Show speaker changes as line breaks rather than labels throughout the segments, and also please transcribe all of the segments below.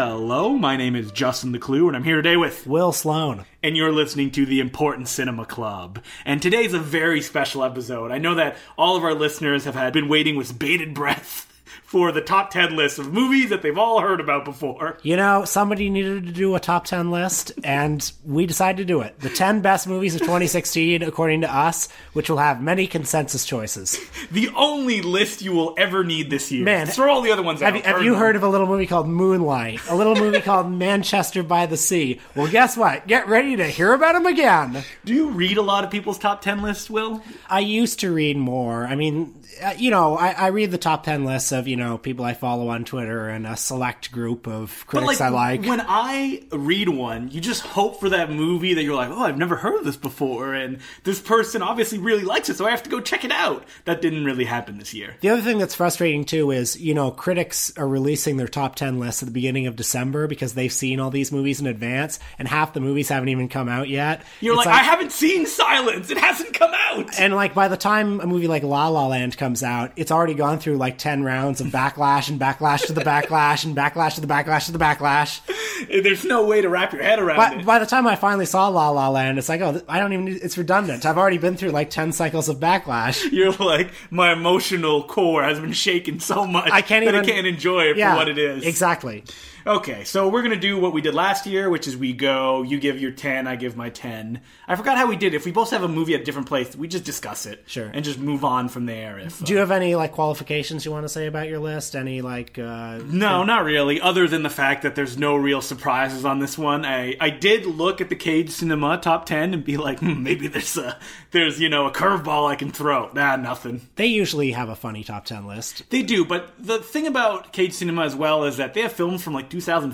My name is Justin the Clue, and I'm here today with.
Will Sloan.
And you're listening to the Important Cinema Club. And today's a very special episode. I know that all of our listeners have had been waiting with bated breath for the top 10 list of movies that they've all heard about before.
You know, somebody needed to do a top 10 list, and we decided to do it. The 10 best movies of 2016, according to us, which will have many consensus choices.
The only list you will ever need this year.
Man,
throw all the other ones out.
Have, you- have
Burn
you
them.
heard of a little movie called Moonlight? A little movie called Manchester by the Sea? Well, guess what? Get ready to hear about them again.
Do you read a lot of people's top 10 lists, Will?
I used to read more. I mean, uh, you know, I, I read the top 10 lists of, you know, people I follow on Twitter and a select group of critics I like.
When I read one, you just hope for that movie that you're like, oh, I've never heard of this before, and this person obviously really likes it, so I have to go check it out. That didn't really happen this year.
The other thing that's frustrating too is, you know, critics are releasing their top 10 lists at the beginning of December because they've seen all these movies in advance and half the movies haven't even come out yet.
You're
It's
like, I haven't seen Silence. It hasn't come out.
and like by the time a movie like La La Land comes out, it's already gone through like 10 rounds of backlash and backlash to the backlash and backlash to the backlash to the backlash.
There's no way to wrap your head around
By,
it.
by the time I finally saw La La Land, it's like, oh, th- I don't even, need- it's redundant. I've already been through like 10 cycles of backlash.
You're like, my emotional core has been shaken so much
I can't
that
even-
I can't enjoy it
Yeah,
for what it is.
Exactly.
Okay, so we're gonna do what we did last year, which is we go, you give your ten, I give my ten. I forgot how we did. it. If we both have a movie at a different place, we just discuss it,
Sure.
and just move on from there. If uh,
Do you have any like qualifications you want to say about your list? Any like, uh,
no, not really. Other than the fact that there's no real surprises on this one, I I did look at the Cage Cinema top ten and be like, hmm, maybe there's a there's you know a curveball I can throw. Nah, nothing.
They usually have a funny top 10 list.
They do, but the thing about Cage Cinema as well is that they have films from like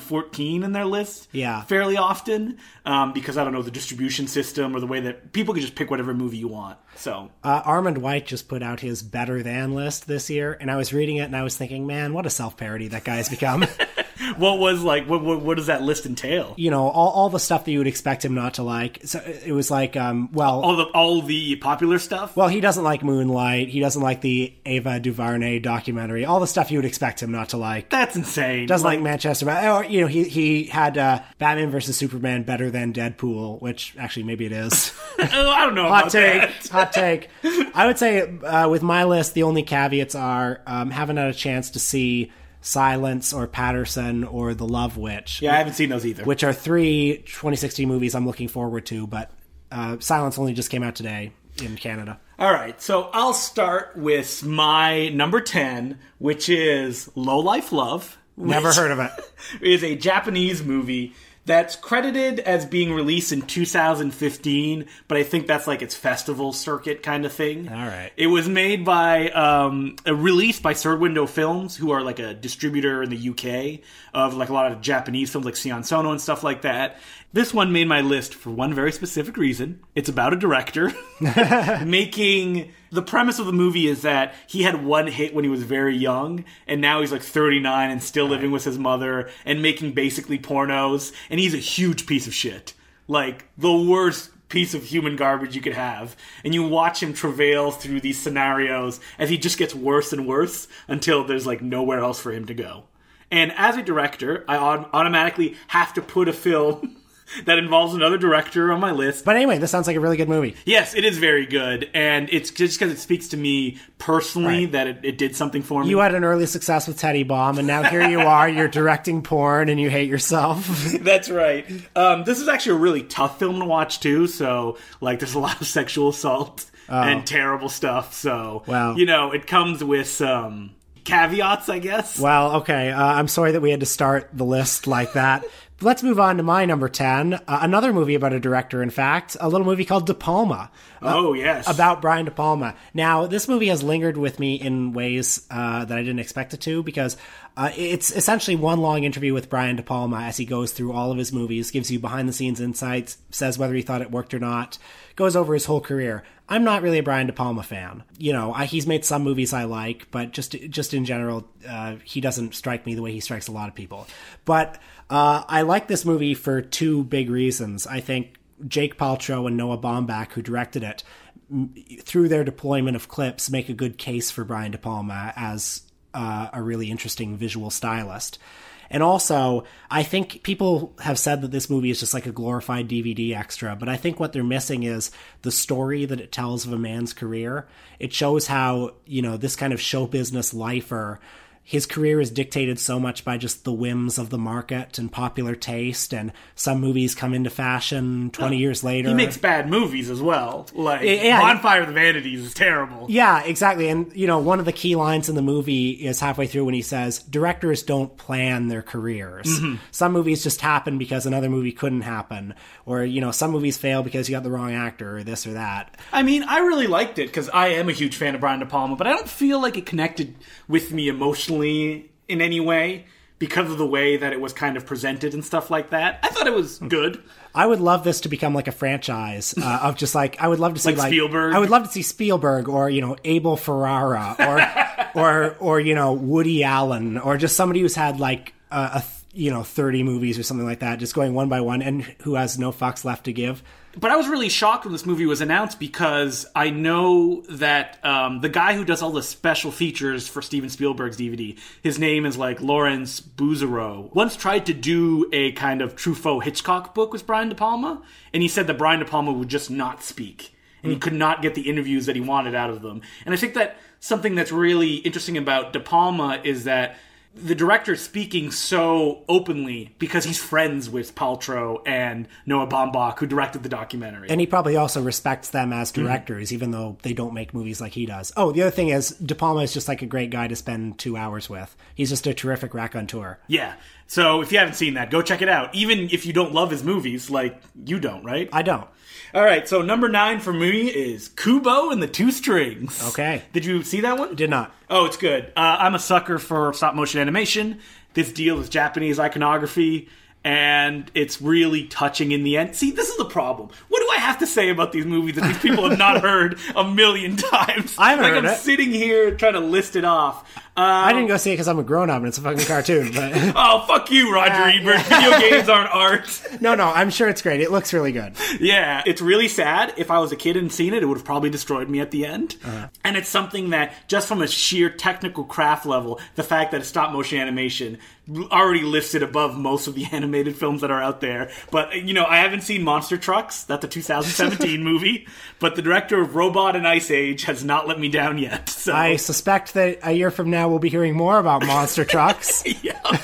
2014 in their list.
Yeah.
Fairly often, um, because I don't know the distribution system or the way that people can just pick whatever movie you want. So
Uh, Armand White just put out his better than list this year, and I was reading it and I was thinking, man, what a self parody that guy's become.
what was like? What what, what does that list entail?
you know, all, all the stuff that you would expect him not to like. So it was like, um, well,
All the all the popular stuff.
well, he doesn't like Moonlight. He doesn't like the Ava DuVernay documentary. All the stuff you would expect him not to like.
That's insane.
Doesn't like, Manchester. But, or, you know, he, he had uh, Batman versus Superman better than Deadpool, which actually maybe it is.
oh, I don't know
Hot
about
take.
that.
Hot take. I would say uh, with my list, the only caveats are um, haven't had a chance to see Silence or Patterson or The Love Witch,
Yeah, I haven't seen those either.
which are three 2016 movies I'm looking forward to, but uh, Silence only just came out today in Canada.
All right, so I'll start with my number ten, which is Low Life Love.
Never
which-
heard of it.
is a Japanese movie that's credited as being released in 2015, but I think that's like its festival circuit kind of thing. All
right.
It was made by, um, uh, released by Third Window Films, who are like a distributor in the UK of like a lot of Japanese films like Sion Sono and stuff like that. This one made my list for one very specific reason. It's about a director making the premise of the movie is that he had one hit when he was very young and now he's like 39 and still living with his mother and making basically pornos and he's a huge piece of shit like the worst piece of human garbage you could have and you watch him travail through these scenarios as he just gets worse and worse until there's like nowhere else for him to go and as a director i au- automatically have to put a film that involves another director on my list
But anyway, this sounds like a really good movie.
Yes, it is very good, and it's just because it speaks to me personally that it, it did something for me.
You had an early success with Teddy Bomb, and now here you are. You're directing porn, and you hate yourself.
That's right. Um, this is actually a really tough film to watch too. So, like, there's a lot of sexual assault and terrible stuff. So,
Oh. Wow.
you know, it comes with some caveats, I guess.
Well, okay. Uh, I'm sorry that we had to start the list like that. Let's move on to my number 10. Uh, another movie about a director, in fact, a little movie called De Palma
oh yes,
about Brian De Palma. Now, this movie has lingered with me in ways uh, that I didn't expect it to because uh, it's essentially one long interview with Brian De Palma as he goes through all of his movies, gives you behind the scenes insights, says whether he thought it worked or not, goes over his whole career. I'm not really a Brian De Palma fan. You know, I, he's made some movies I like, but just just in general, uh, he doesn't strike me the way he strikes a lot of people. But uh, I like this movie for two big reasons. I think Jake Paltrow and Noah Baumbach, who directed it, m- through their deployment of clips, make a good case for Brian De Palma as uh, a really interesting visual stylist. And also, I think people have said that this movie is just like a glorified DVD extra, but I think what they're missing is the story that it tells of a man's career. It shows how, you know, this kind of show business lifer his career is dictated so much by just the whims of the market and popular taste and some movies come into fashion 20 years later
He makes bad movies as well. Like
yeah.
Bonfire of the Vanities is terrible.
yeah exactly and you know one of the key lines in the movie is halfway through when he says directors don't plan their careers some movies just happen because another movie couldn't happen or you know some movies fail because you got the wrong actor or this or that
I mean, I really liked it because I am a huge fan of Brian De Palma, but I don't feel like it connected with me emotionally in any way because of the way that it was kind of presented and stuff like that. I thought it was good.
I would love this to become like a franchise uh, of just like I would love to see like,
Like Spielberg?
I would love to see Spielberg or you know Abel Ferrara or or or you know Woody Allen or just somebody who's had like a, a th- you know thirty movies or something like that, just going one by one and who has no fucks left to give.
But I was really shocked when this movie was announced because I know that um, the guy who does all the special features for Steven Spielberg's DVD, his name is like Lawrence Bouzereau, once tried to do a kind of Truffaut Hitchcock book with Brian De Palma, and he said that Brian De Palma would just not speak. And he
Hmm.
could not get the interviews that he wanted out of them. And I think that something that's really interesting about De Palma is that the director's speaking so openly because he's friends with Paltrow and Noah Baumbach, who directed the documentary.
And he probably also respects them as directors, even though they don't make movies like he does. Oh, the other thing is De Palma is just like a great guy to spend two hours with. He's just a terrific raconteur.
yeah. So if you haven't seen that, go check it out. Even if you don't love his movies, like you don't, right?
I don't.
All right. So number nine for me is Kubo and the Two Strings.
Okay.
Did you see that one?
Did not.
Oh, it's good. Uh, I'm a sucker for stop motion animation. This deal with Japanese iconography, and it's really touching in the end. See, this is the problem. What do I have to say about these movies that these people have not heard a million times?
I haven't
like
heard
I'm
it.
sitting here trying to list it off. Uh,
I didn't go see it because I'm a grown up and it's a fucking cartoon. But
oh, fuck you, Roger
Yeah,
Ebert. Video games aren't art.
no, no, I'm sure it's great. It looks really good.
Yeah, it's really sad. If I was a kid and seen it, it would have probably destroyed me at the end. And it's something that, just from a sheer technical craft level, the fact that it's stop motion animation already lifts it above most of the animated films that are out there. But, you know, I haven't seen Monster Trucks. That's a 2017 movie. But the director of Robot and Ice Age has not let me down yet. So.
I suspect that a year from now we'll be hearing more about monster trucks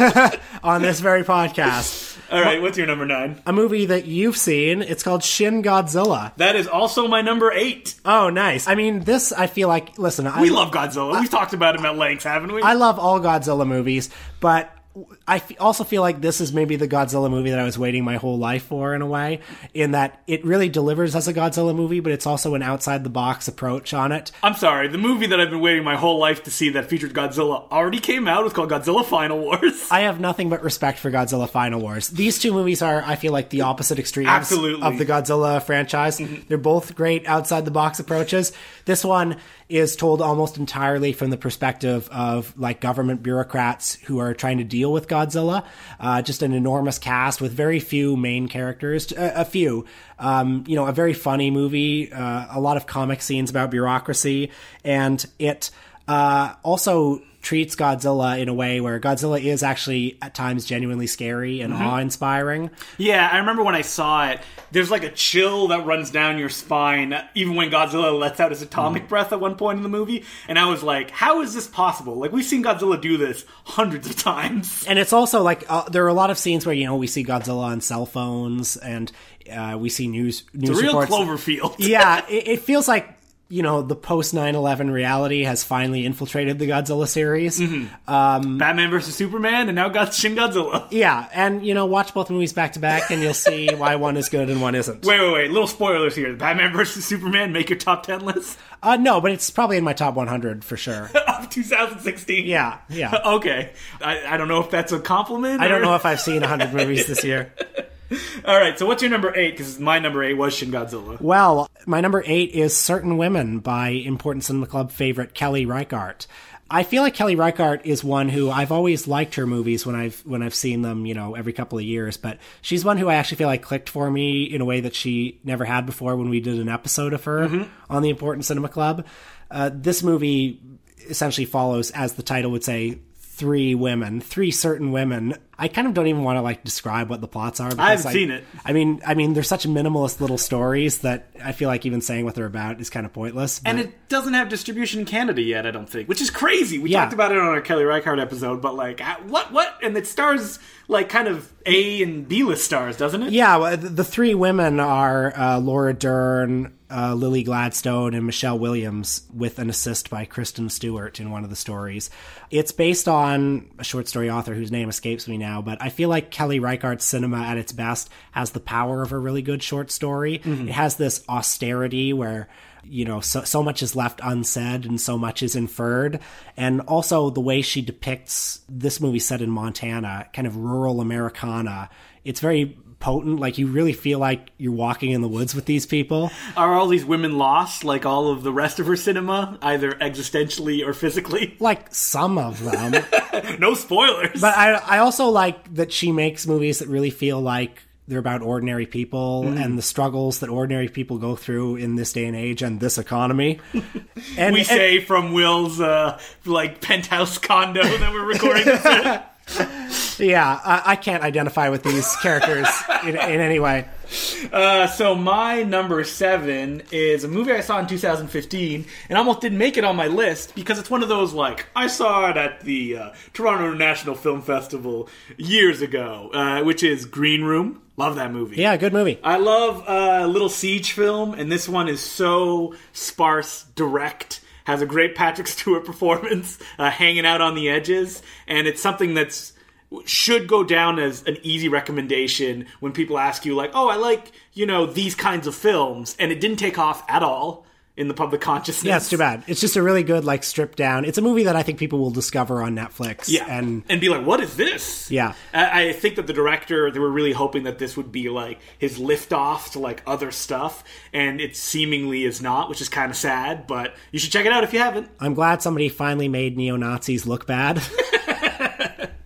on this very podcast.
All right, what's your number nine?
A movie that you've seen. It's called Shin Godzilla.
That is also my number eight.
Oh, nice. I mean, this I feel like. Listen, I
We love Godzilla. We've talked about him at length, haven't we?
I love all Godzilla movies, but I f- also feel like this is maybe the Godzilla movie that I was waiting my whole life for in a way, in that it really delivers as a Godzilla movie, but it's also an outside the box approach on it.
I'm sorry, the movie that I've been waiting my whole life to see that featured Godzilla already came out. It's called Godzilla Final Wars.
I have nothing but respect for Godzilla Final Wars. These two movies are, I feel like, the opposite extremes
Absolutely.
of the Godzilla franchise. They're both great outside the box approaches. This one is told almost entirely from the perspective of like government bureaucrats who are trying to deal with Godzilla. Uh, just an enormous cast with very few main characters, a, a few. Um, you know, a very funny movie, uh, a lot of comic scenes about bureaucracy, and it uh, also treats Godzilla in a way where Godzilla is actually at times genuinely scary and awe-inspiring.
Yeah, I remember when I saw it, there's like a chill that runs down your spine, even when Godzilla lets out his atomic breath at one point in the movie. And I was like, how is this possible? Like, we've seen Godzilla do this hundreds of times.
And it's also like uh, there are a lot of scenes where you know we see Godzilla on cell phones and uh, we see news news
Real
reports.
Cloverfield.
yeah, it, it feels like you know the post 9-11 reality has finally infiltrated the Godzilla series.
Batman versus Superman, and now got Shin Godzilla.
Yeah, and you know watch both movies back to back and you'll see why one is good and one isn't.
Wait, wait, wait. Little spoilers here. Batman versus Superman, make your top 10 list
Uh, no, but it's probably in my top 100 for sure.
of 2016.
Yeah, yeah.
Okay. I, I don't know if that's a compliment.
I don't
or-
know if I've seen 100 movies this year.
All right, so what's your number eight? Because my number eight was Shin Godzilla.
Well, my number eight is Certain Women by Important Cinema Club favorite Kelly Reichardt. I feel like Kelly Reichardt is one who I've always liked her movies when I've when I've seen them, you know, every couple of years. But she's one who I actually feel like clicked for me in a way that she never had before when we did an episode of her
Mm-hmm.
on the Important Cinema Club. Uh, this movie essentially follows, as the title would say, three women, three certain women I kind of don't even want to like describe what the plots are. Because,
I haven't
like,
seen it.
I mean, I mean, they're such minimalist little stories that I feel like even saying what they're about is kind of pointless.
And
but-
it doesn't have distribution in Canada yet, I don't think, which is crazy. We
Yeah.
talked about it on our Kelly Reichardt episode, but like, I- what, what? And it stars like kind of A and B list stars, doesn't it?
Yeah, well, the the three women are uh, Laura Dern, uh, Lily Gladstone, and Michelle Williams, with an assist by Kristen Stewart in one of the stories. It's based on a short story author whose name escapes me now, but I feel like Kelly Reichardt's cinema at its best has the power of a really good short story.
Mm-hmm.
It has this austerity where you know so, so much is left unsaid and so much is inferred and also the way she depicts this movie set in montana kind of rural americana it's very potent like you really feel like you're walking in the woods with these people
Are all these women lost, like all of the rest of her cinema, either existentially or physically?
like some of them
no spoilers.
but i i also like that she makes movies that really feel like they're about ordinary people and the struggles that ordinary people go through in this day and age and this economy and
we
and-
say from Will's uh, like penthouse condo that we're recording this in.
Yeah, I, I can't identify with these characters in, in any way.
Uh, so my number seven is a movie I saw in 2015 and almost didn't make it on my list because it's one of those like I saw it at the uh, Toronto International Film Festival years ago, uh, which is Green Room. Love that movie.
Yeah, good movie.
I love uh, Little Siege film, and this one is so sparse, direct. Has a great Patrick Stewart performance, uh, hanging out on the edges, and it's something that's should go down as an easy recommendation when people ask you like, "Oh, I like you know these kinds of films," and it didn't take off at all in the public consciousness.
Yeah, it's too bad. It's just a really good, like, stripped down. It's a movie that I think people will discover on Netflix.
Yeah,
And
be like, what is this?
Yeah.
I, I think that the director they were really hoping that this would be like his liftoff to like other stuff, and it seemingly is not, which is kind of sad. But you should check it out if you haven't.
I'm glad somebody finally made neo Nazis look bad.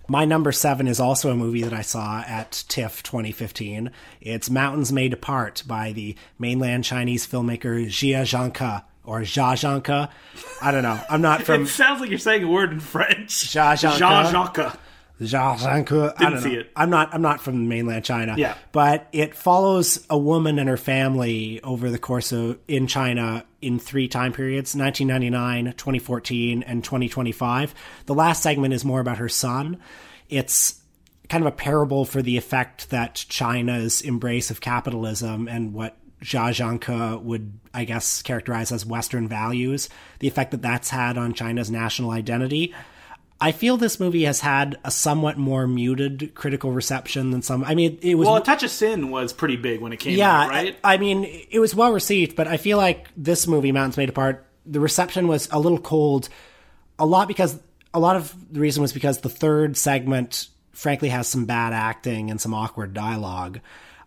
My number seven is also a movie that I saw at TIFF 2015. It's Mountains Made Apart by the mainland Chinese filmmaker Jia Zhangke or Jia Zhangke. I don't know. I'm not from
It sounds like you're saying a word in French.
Ja- Jacques.
Jacques.
Zhao Zhangke. I don't
see
know.
it.
I'm not. I'm not from mainland China.
Yeah.
but it follows a woman and her family over the course of in China in three time periods: 1999, 2014, and 2025. The last segment is more about her son. It's kind of a parable for the effect that China's embrace of capitalism and what Xia Zhangke would, I guess, characterize as Western values, the effect that that's had on China's national identity. I feel this movie has had a somewhat more muted critical reception than some. I mean, it was
Well, A Touch of Sin was pretty big when it came
yeah,
out, right?
I, I mean, it was well received, but I feel like this movie, Mountains Made Apart, the reception was a little cold. A lot because a lot of the reason was because the third segment, frankly, has some bad acting and some awkward dialogue.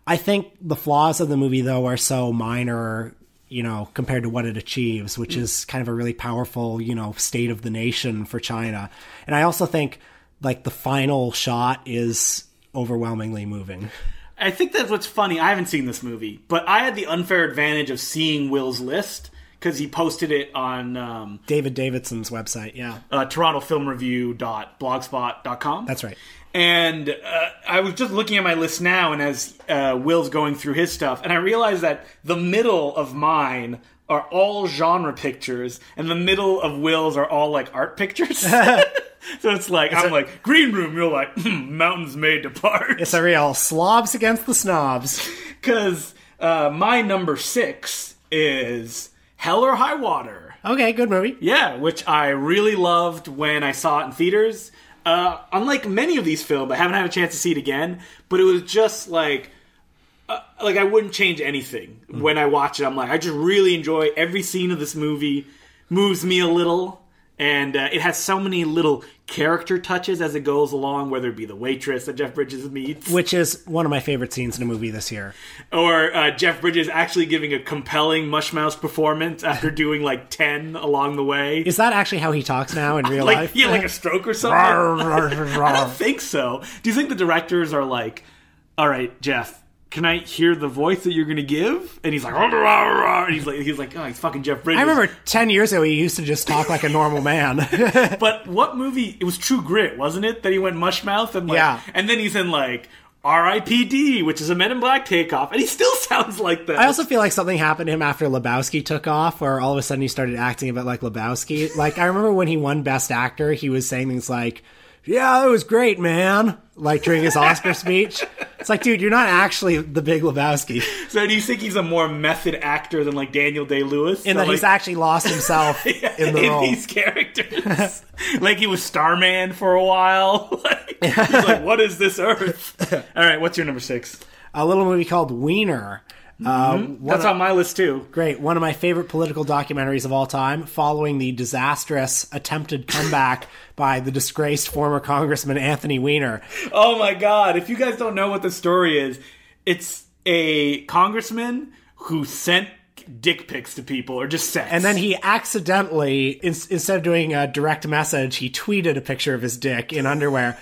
I think the flaws of the movie, though, are so minor, you know, compared to what it achieves, which is kind of a really powerful, you know, state of the nation for China. And I also think, like, the final shot is overwhelmingly moving.
I think that's what's funny. I haven't seen this movie, but I had the unfair advantage of seeing Will's list because he posted it on um,
David Davidson's website, yeah.
uh, torontofilmreview.blogspot.com.
That's right.
And uh, I was just looking at my list now, and as uh, Will's going through his stuff, and I realized that the middle of mine are all genre pictures, and the middle of Will's are all like art pictures. so it's like I'm like green room, you're like hmm, mountains made to part.
It's a real slobs against the snobs.
Because uh, my number six is Hell or High Water.
Okay, good movie.
Yeah, which I really loved when I saw it in theaters. Uh, unlike many of these films, I haven't had a chance to see it again, but it was just like, uh, like I wouldn't change anything
Mm.
when I watch it. I'm like, I just really enjoy every scene of this movie. Moves me a little, and uh, it has so many little character touches as it goes along, whether it be the waitress that Jeff Bridges meets,
Which is one of my favorite scenes in a movie this year.
or uh, Jeff Bridges actually giving a compelling Mush Mouse performance after doing like ten along the way.
Is that actually how he talks now in real
like
life?
yeah, like a stroke or something. I
yeah.
think so. Do you think the directors are like, all right, Jeff, can I hear the voice that you're going to give? And he's like, "Rah, rah, rah," and he's like, he's like, oh, he's fucking Jeff Bridges.
I remember 10 years ago, he used to just talk like a normal man.
But what movie? It was True Grit, wasn't it? That he went mush mouth and like,
Yeah.
and then he's in like R.I.P.D., which is a Men in Black takeoff, and he still sounds like that.
I also feel like something happened to him after Lebowski took off, where all of a sudden he started acting a bit like Lebowski. Like, I remember when he won Best Actor, he was saying things like, Yeah, that was great, man. Like during his Oscar speech. It's like, dude, you're not actually the big Lebowski.
so do you think he's a more method actor than like Daniel Day Lewis?
And that he's actually lost himself in the role.
these characters, like he was Starman for a while. like, he's like, what is this Earth? All right, what's your number six?
A little movie called Wiener. Uh, one
That's on my list too.
Great. One of my favorite political documentaries of all time, following the disastrous attempted comeback by the disgraced former Congressman Anthony Weiner.
Oh my god, if you guys don't know what the story is, it's a congressman who sent dick pics to people or just sex.
And then he accidentally, in, instead of doing a direct message, he tweeted a picture of his dick in underwear.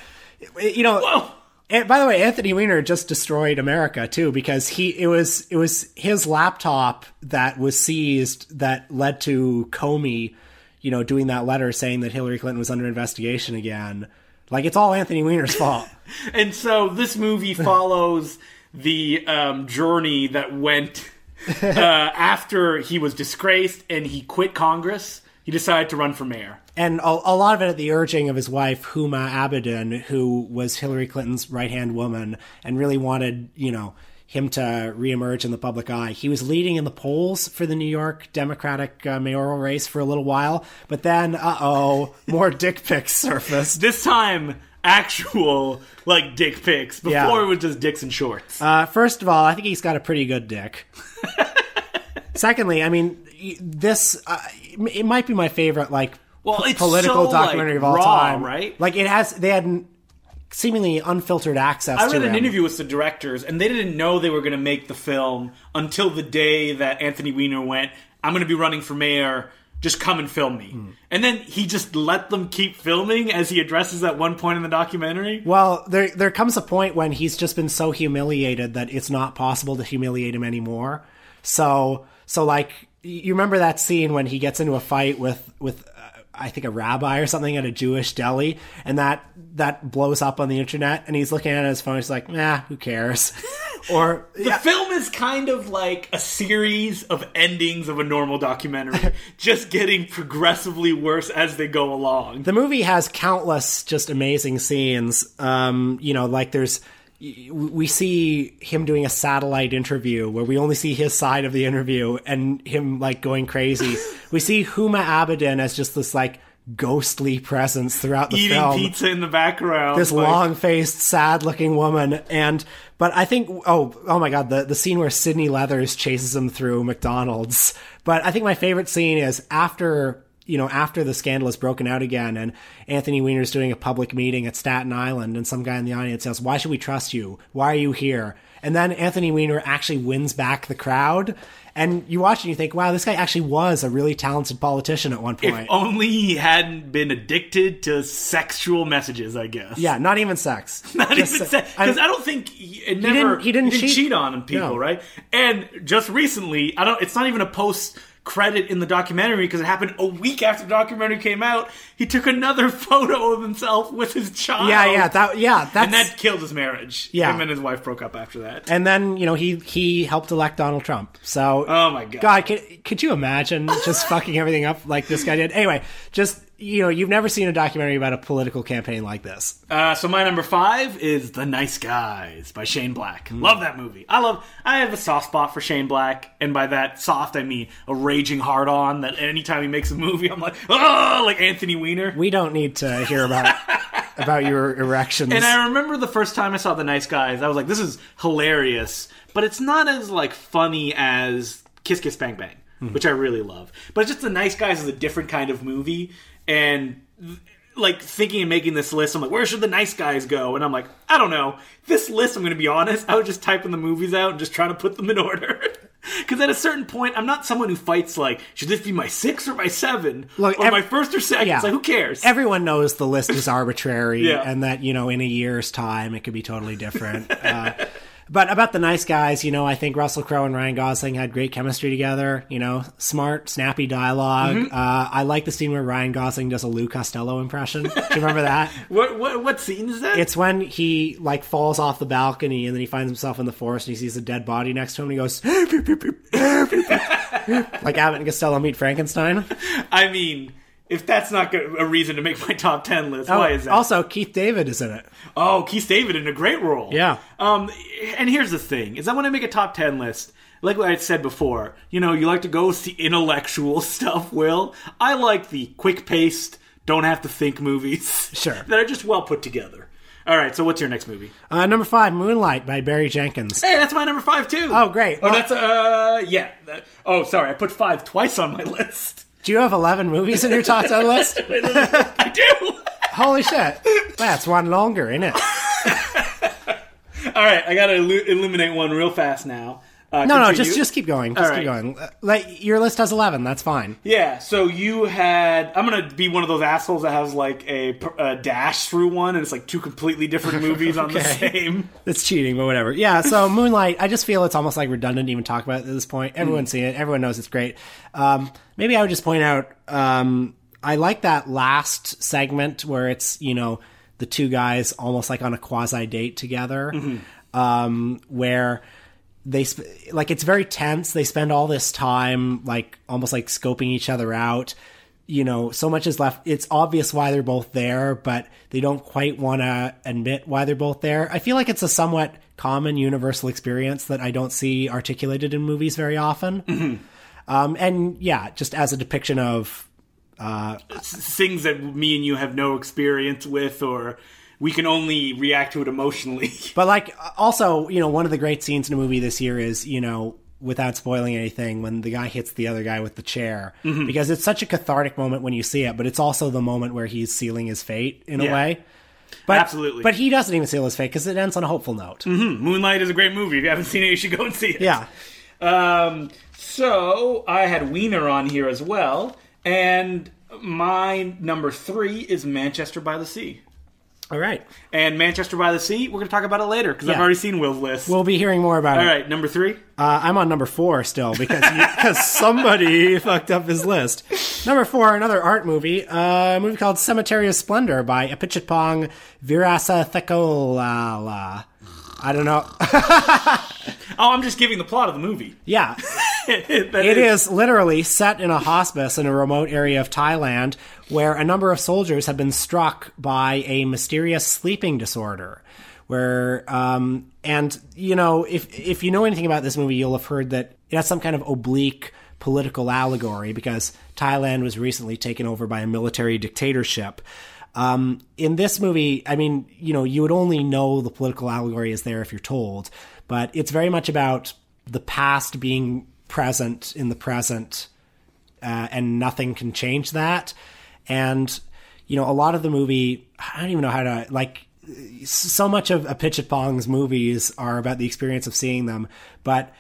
You know.
Whoa.
And by the way, Anthony Weiner just destroyed America too because he it was it was his laptop that was seized that led to Comey, you know, doing that letter saying that Hillary Clinton was under investigation again. Like it's all Anthony Weiner's fault.
And so this movie follows the um, journey that went uh, after he was disgraced and he quit Congress. He decided to run for mayor.
and a, a lot of it at the urging of his wife Huma Abedin, who was Hillary Clinton's right hand woman and really wanted, you know, him to reemerge in the public eye. He was leading in the polls for the New York Democratic uh, mayoral race for a little while, but then, uh oh, more dick pics surfaced.
This time, actual like dick pics. Before
Yeah.
it was just dicks and shorts.
Uh, first of all, I think he's got a pretty good dick. Secondly, I mean, y- this uh, it might be my favorite like
Well,
p-
it's
political
so, like,
documentary of all
raw,
time,
right?
Like it has they had n- seemingly unfiltered access.
I
to
read an
him.
interview with the directors, and they didn't know they were going to make the film until the day that Anthony Weiner went, I'm going to be running for mayor, just come and film me.
Hmm.
And then he just let them keep filming as he addresses that one point in the documentary.
Well, there there comes a point when he's just been so humiliated that it's not possible to humiliate him anymore. So so like you remember that scene when he gets into a fight with with uh, I think a rabbi or something at a Jewish deli, and that that blows up on the internet, and he's looking at his phone. He's like, nah, who cares? or
The film is kind of like a series of endings of a normal documentary, just getting progressively worse as they go along.
the movie has countless just amazing scenes. Um, you know, like there's y- we see him doing a satellite interview where we only see his side of the interview and him like going crazy. we see Huma Abedin as just this like ghostly presence throughout the
Eating
film
pizza in the background.
this
like-
long-faced, sad-looking woman, and but I think oh oh my god the the scene where Sydney Leathers chases him through McDonald's. But I think my favorite scene is after you know after the scandal is broken out again, and Anthony Weiner's doing a public meeting at Staten Island, and some guy in the audience says, "Why should we trust you? Why are you here?" And then Anthony Weiner actually wins back the crowd. And you watch and you think, wow, this guy actually was a really talented politician at one point.
If only he hadn't been addicted to sexual messages, I guess.
yeah, not even sex.
not
Just
even
se-
because
I-
I, don't think he, it never
didn't- he didn't cheat.
cheat. on people,
No.
right? And just recently, I don't. It's not even a post credit in the documentary because it happened a week after the documentary came out. He took another photo of himself with his child.
Yeah, yeah, that yeah,
and
that's
that killed his marriage.
Yeah.
him and his wife broke up after that.
and then you know he he helped elect Donald Trump. So
Oh my God.
God, could, could you imagine just fucking everything up like this guy did? Anyway, just you know you've never seen a documentary about a political campaign like this.
Uh, so my number five is The Nice Guys by Shane Black. Love that movie. I love. I have a soft spot for Shane Black, and by that soft, I mean a raging hard on. That anytime he makes a movie, I'm like, oh, like Anthony Weiner.
We don't need to hear about about your erections.
And I remember the first time I saw The Nice Guys, I was like, this is hilarious, but it's not as like funny as Kiss Kiss Bang Bang,
Mm-hmm.
which I really love. But it's just The Nice Guys is a different kind of movie and th- like thinking and making this list, I'm like, where should the nice guys go? And I'm like, I don't know. This list, I'm going to be honest, I was just typing the movies out and just trying to put them in order. Because at a certain point, I'm not someone who fights like, should this be my six or my seven?
Look,
or
ev-
my first or second?
yeah.
It's like, who cares?
Everyone knows the list is arbitrary,
Yeah.
and that you know in a year's time it could be totally different. Uh, But about the nice guys, you know, I think Russell Crowe and Ryan Gosling had great chemistry together. You know, smart, snappy dialog
Mm-hmm.
Uh, I like the scene where Ryan Gosling does a Lou Costello impression. Do you remember that?
What what what scene is that?
It's when he like falls off the balcony and then he finds himself in the forest and he sees a dead body next to him and he goes like Abbott and Costello meet Frankenstein.
I mean, if that's not go- a reason to make my top ten list, why is that?
Oh, Also, Keith David is in it.
Oh, Keith David in a great role.
Yeah.
Um, and here's the thing: is that when I make a top ten list, like what I said before, you know, you like to go with the intellectual stuff. Will I like the quick paced, don't have to think movies?
Sure.
that are just well put together. All right. So what's your next movie?
Uh, number five, Moonlight by Barry Jenkins.
Hey, that's my number five too.
Oh, great.
Oh,
Well-
that's uh, yeah. That- oh, sorry, I put five twice on my list.
Do you have eleven movies in your top ten list?
I do.
Holy shit! That's one longer, isn't it?
All right, I gotta elu- eliminate one real fast now. Uh,
No, no,
continue.
just just keep going. Just
All
keep
right.
going. Uh, Like your list has eleven. That's fine.
Yeah, so you had. I'm gonna be one of those assholes that has like a, a dash through one, and it's like two completely different movies on the
Okay.
same.
It's cheating, but whatever. Yeah. So Moonlight, I just feel it's almost like redundant to even talk about it at this point.
Hmm.
Everyone's seen it. Everyone knows it's great. Um, maybe I would just point out. Um, I like that last segment where it's you know the two guys almost like on a quasi date together,
Mm-hmm.
um, where they sp- like it's very tense. They spend all this time like almost like scoping each other out. You know, so much is left. It's obvious why they're both there, but they don't quite want to admit why they're both there. I feel like it's a somewhat common universal experience that I don't see articulated in movies very often. Um, and yeah, just as a depiction of
Things that me and you have no experience with, or we can only react to it emotionally.
But like, also, you know, one of the great scenes in a movie this year is, you know, without spoiling anything, when the guy hits the other guy with the chair,
Mm-hmm.
because it's such a cathartic moment when you see it. But it's also the moment where he's sealing his fate in a
Yeah.
way. But,
Absolutely. Mm-hmm.
But he doesn't even seal his fate because it ends on a hopeful note.
Moonlight is a great movie. If you haven't seen it, you should go and see it.
Yeah.
Um, so I had Wiener on here as well, and my number three is Manchester by the Sea.
All right.
And Manchester by the Sea, we're gonna talk about it later because I've
Yeah.
already seen Will's list.
We'll be hearing more about
All
it.
right, number three.
Uh, I'm on number four still because because somebody fucked up his list. Number four, another art movie, uh, a movie called Cemetery of Splendor by Apichitpong Virasa Thekolala. I don't know.
Oh, I'm just giving the plot of the movie.
Yeah,
That
it is literally set in a hospice in a remote area of Thailand where a number of soldiers have been struck by a mysterious sleeping disorder. Where um, and you know if if you know anything about this movie, you'll have heard that it has some kind of oblique political allegory because Thailand was recently taken over by a military dictatorship. Um, in this movie, I mean, you know, you would only know the political allegory is there if you're told, but it's very much about the past being present in the present, uh, and nothing can change that. And, you know, a lot of the movie, I don't even know how to, like, so much of a Pitch Pong's movies are about the experience of seeing them, but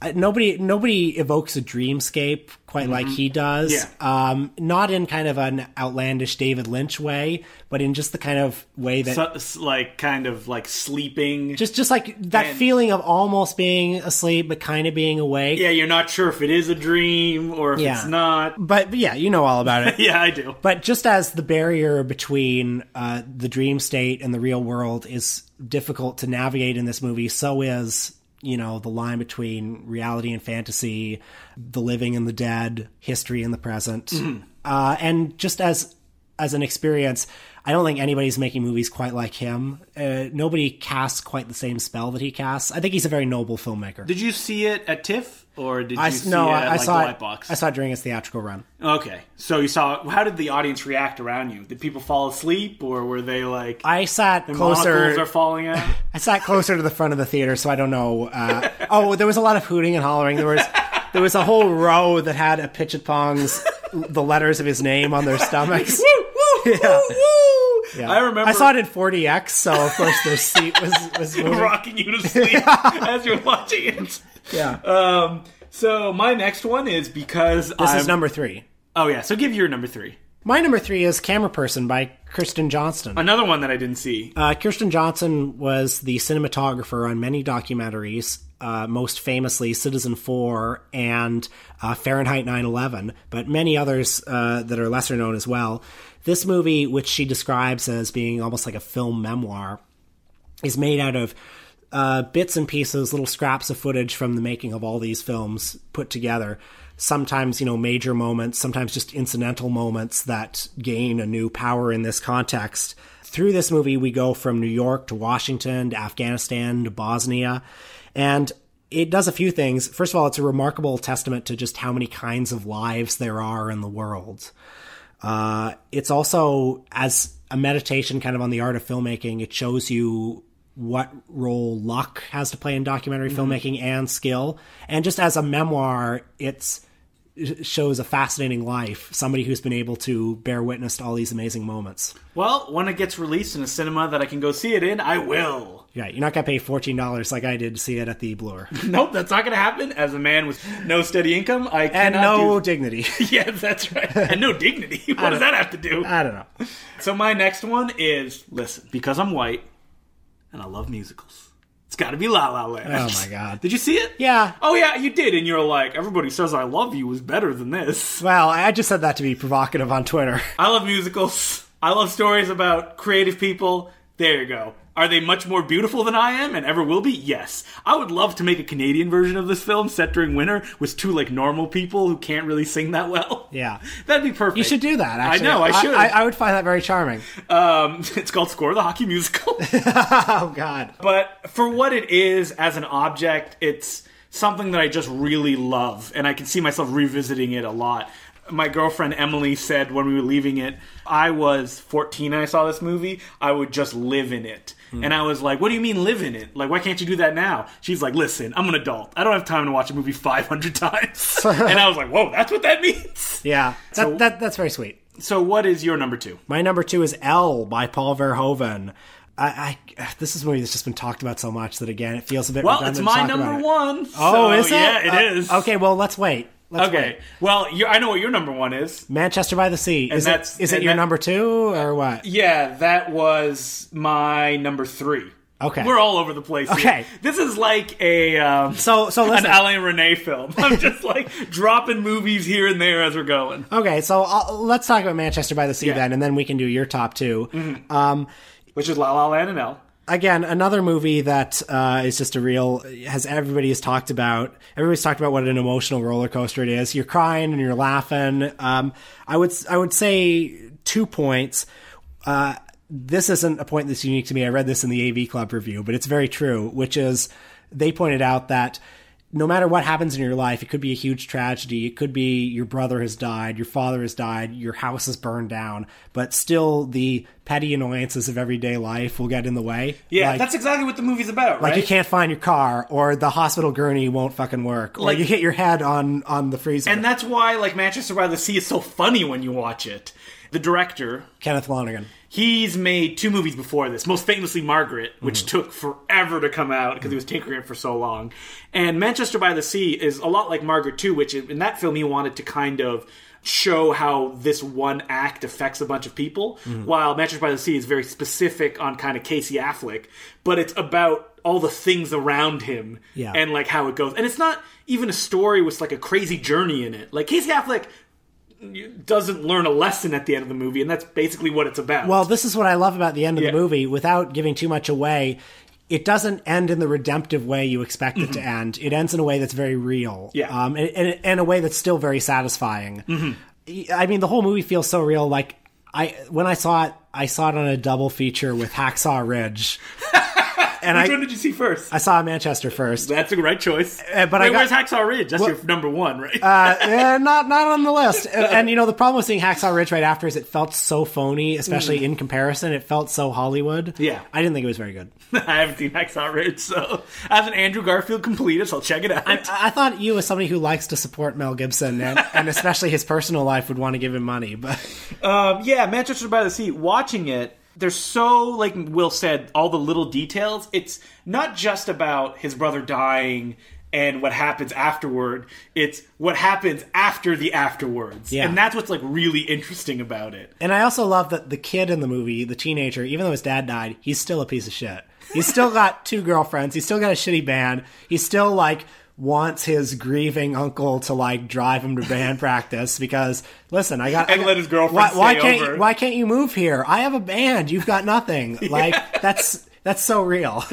uh, nobody nobody evokes a dreamscape quite like he does.
Mm-hmm. Yeah.
Um, not in kind of an outlandish David Lynch way, but in just the kind of way that
So- s- like kind of like sleeping.
just just like that
And-
feeling of almost being asleep but kind of being awake.
yeah, you're not sure if it is a dream or if
Yeah.
it's not.
But, but yeah, you know all about it.
Yeah, I do.
but just as the barrier between uh, the dream state and the real world is difficult to navigate in this movie, so is you know the line between reality and fantasy, the living and the dead, history and the present,
Mm-hmm.
uh, and just as as an experience, I don't think anybody's making movies quite like him. Uh, nobody casts quite the same spell that he casts. I think he's a very noble filmmaker.
Did you see it at TIFF or did you
I,
see
no,
it
I,
at
I
like,
saw
the
it.
White Box?
I saw it during his theatrical run.
okay, so you saw. it. How did the audience react around you? Did people fall asleep or were they like
I sat closer.
monocles are falling out?
I sat closer to the front of the theater, so I don't know. Uh, oh, there was a lot of hooting and hollering. There was there was a whole row that had a pitch at pong's the letters of his name on their stomachs.
woo,
Yeah.
woo, woo.
Yeah.
I remember.
I saw it in 40x, so of course their seat was was moving.
rocking you to sleep as you're watching it.
Yeah,
Um, so my next one is because
this
I'm, Um,
is number three.
Oh yeah, so give your number three.
My number three is Camera Person by Kirsten Johnston.
Another one that I didn't see.
Uh, Kirsten Johnson was the cinematographer on many documentaries, uh, most famously Citizen 4 and uh, Fahrenheit 9/11, but many others uh, that are lesser known as well. This movie, which she describes as being almost like a film memoir, is made out of uh, bits and pieces, little scraps of footage from the making of all these films put together. Sometimes, you know, major moments, sometimes just incidental moments that gain a new power in this context. Through this movie, we go from New York to Washington to Afghanistan to Bosnia. And it does a few things. First of all, it's a remarkable testament to just how many kinds of lives there are in the world. Uh, it's also, as a meditation kind of on the art of filmmaking, it shows you what role luck has to play in documentary filmmaking and skill. And just as a memoir, it's it shows a fascinating life somebody who's been able to bear witness to all these amazing moments
Well, when it gets released in a cinema that I can go see it in, I will.
yeah you're not gonna pay $14 like i did to see it at the bluer
Nope, that's not going to happen. As a man with no steady income, I
and
cannot
no
do-
dignity
yeah, that's right. And no dignity. What does that have to do?
i don't know
So my next one is listen, because I'm white and I love musicals. It's got to be La La Land.
Oh my God.
Did you see it?
yeah
Oh yeah, you did, and you're like, everybody says I love you was better than this.
Well, I just said that to be provocative on Twitter.
I love musicals. I love stories about creative people. There you go. Are they much more beautiful than I am and ever will be? Yes. I would love to make a Canadian version of this film set during winter with two like normal people who can't really sing that well.
Yeah.
That'd be perfect.
You should do that. Actually.
I know, I should.
I, I would find that very charming.
um, it's called Score the Hockey Musical.
oh God.
But for what it is as an object, it's something that I just really love, and I can see myself revisiting it a lot. My girlfriend Emily said when we were leaving it, I was 14 and I saw this movie, I would just live in it.
Hmm.
And I was like, what do you mean live in it? Like, why can't you do that now? She's like, listen, I'm an adult. I don't have time to watch a movie 500 times. and I was like, whoa, that's what that means.
Yeah. That, that that's very sweet.
So, what is your number two?
My number two is L by Paul Verhoeven. I, I this is a movie that's just been talked about so much that again it feels a bit.
Well, it's my
redundant to talk about
number
it.
one.
Oh,
So,
is it?
Yeah, it
Uh,
is.
Okay, well let's wait. Let's
Okay.
wait.
Well, you I know what your number one is.
Manchester by the Sea. Is it,
that's-
is it
and
your
that-
number two or what?
Yeah, that was my number three.
Okay.
We're all over the place. here.
Okay.
This is like a um,
So so
an
listen.
Alain Rene film. I'm just like dropping movies here and there as we're going.
okay, so i let's talk about Manchester by the Sea then, and then we can do your top 2
Mm-hmm.
Um,
Which is La La Land and L.
again another movie that uh, is just a real has everybody has talked about everybody's talked about what an emotional roller coaster it is you're crying and you're laughing um, i would i would say two points uh, this isn't a point that's unique to me i read this in the av club review but it's very true which is they pointed out that no matter what happens in your life, it could be a huge tragedy. It could be your brother has died, your father has died, your house is burned down, but still the petty annoyances of everyday life will get in the way.
Yeah,
like,
that's exactly what the movie's about,
like
right?
you can't find your car, or the hospital gurney won't fucking work, or
Like-
you hit your head on on the freezer.
and that's why like Manchester by the Sea is so funny when you watch it. The director,
Kenneth Lonergan.
He's made two movies before this, most famously Margaret, which took forever to come out because he was tinkering it for so long. And Manchester by the Sea is a lot like Margaret too, which in that film he wanted to kind of show how this one act affects a bunch of people, while Manchester by the Sea is very specific on kind of Casey Affleck, but it's about all the things around him
Yeah.
and like how it goes. And it's not even a story with like a crazy journey in it. Like Casey Affleck doesn't learn a lesson at the end of the movie, and that's basically what it's about.
Well, this is what I love about the end of
Yeah.
the movie. Without giving too much away, it doesn't end in the redemptive way you expect it to end. It ends in a way that's very real,
Mm-hmm. Yeah.
um, and, and, and a way that's still very satisfying.
Mm-hmm.
I mean, the whole movie feels so real. Like I, when I saw it, I saw it on a double feature with Hacksaw Ridge, and
Which one
I,
did you see first?
I saw Manchester first.
That's the right choice.
but I
Wait,
got-
where's Hacksaw Ridge? That's your number one, right?
uh, eh, not not on the list. And, and, you know, the problem with seeing Hacksaw Ridge right after is it felt so phony, especially in comparison. It felt so Hollywood.
Yeah.
I didn't think it was very good.
I haven't seen Hacksaw Ridge, so as an Andrew Garfield completist, I'll check it out.
I I thought you, as somebody who likes to support Mel Gibson and, and especially his personal life, would want to give him money, but
Um, yeah, Manchester by the Sea. Watching it, there's so like Will said, all the little details. It's not just about his brother dying and what happens afterward. It's what happens after the afterwards.
Yeah.
And that's what's like really interesting about it.
And I also love that the kid in the movie, the teenager, even though his dad died, he's still a piece of shit. He's still got two girlfriends. He's still got a shitty band. He still like wants his grieving uncle to like drive him to band practice because listen, I got
And let his girlfriend
Why, why
stay
can't
over.
why can't you move here? I have a band. You've got nothing. Like that's that's so real.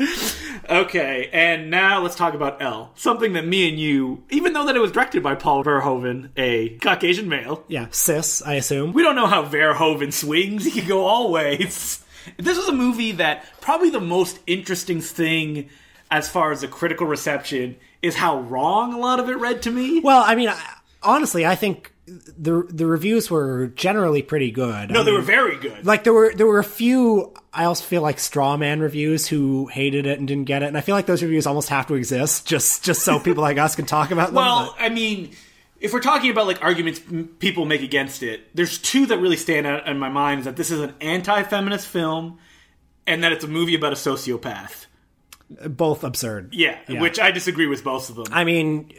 Okay, and now let's talk about L. Something that me and you, even though that it was directed by Paul Verhoeven, a Caucasian male,
Yeah, sis, I assume.
we don't know how Verhoeven swings. He can go all ways. This was a movie that probably the most interesting thing as far as the critical reception is how wrong a lot of it read to me.
Well, I mean, I, honestly, I think the the reviews were generally pretty good.
no, they were very good.
like there were there were a few I also feel like straw man reviews who hated it and didn't get it, and I feel like those reviews almost have to exist just just so people like us can talk about them.
well, I mean, if we're talking about like arguments m- people make against it, there's two that really stand out in my mind is that this is an anti-feminist film and that it's a movie about a sociopath.
but both absurd.
Yeah, which I disagree with both of them.
I mean,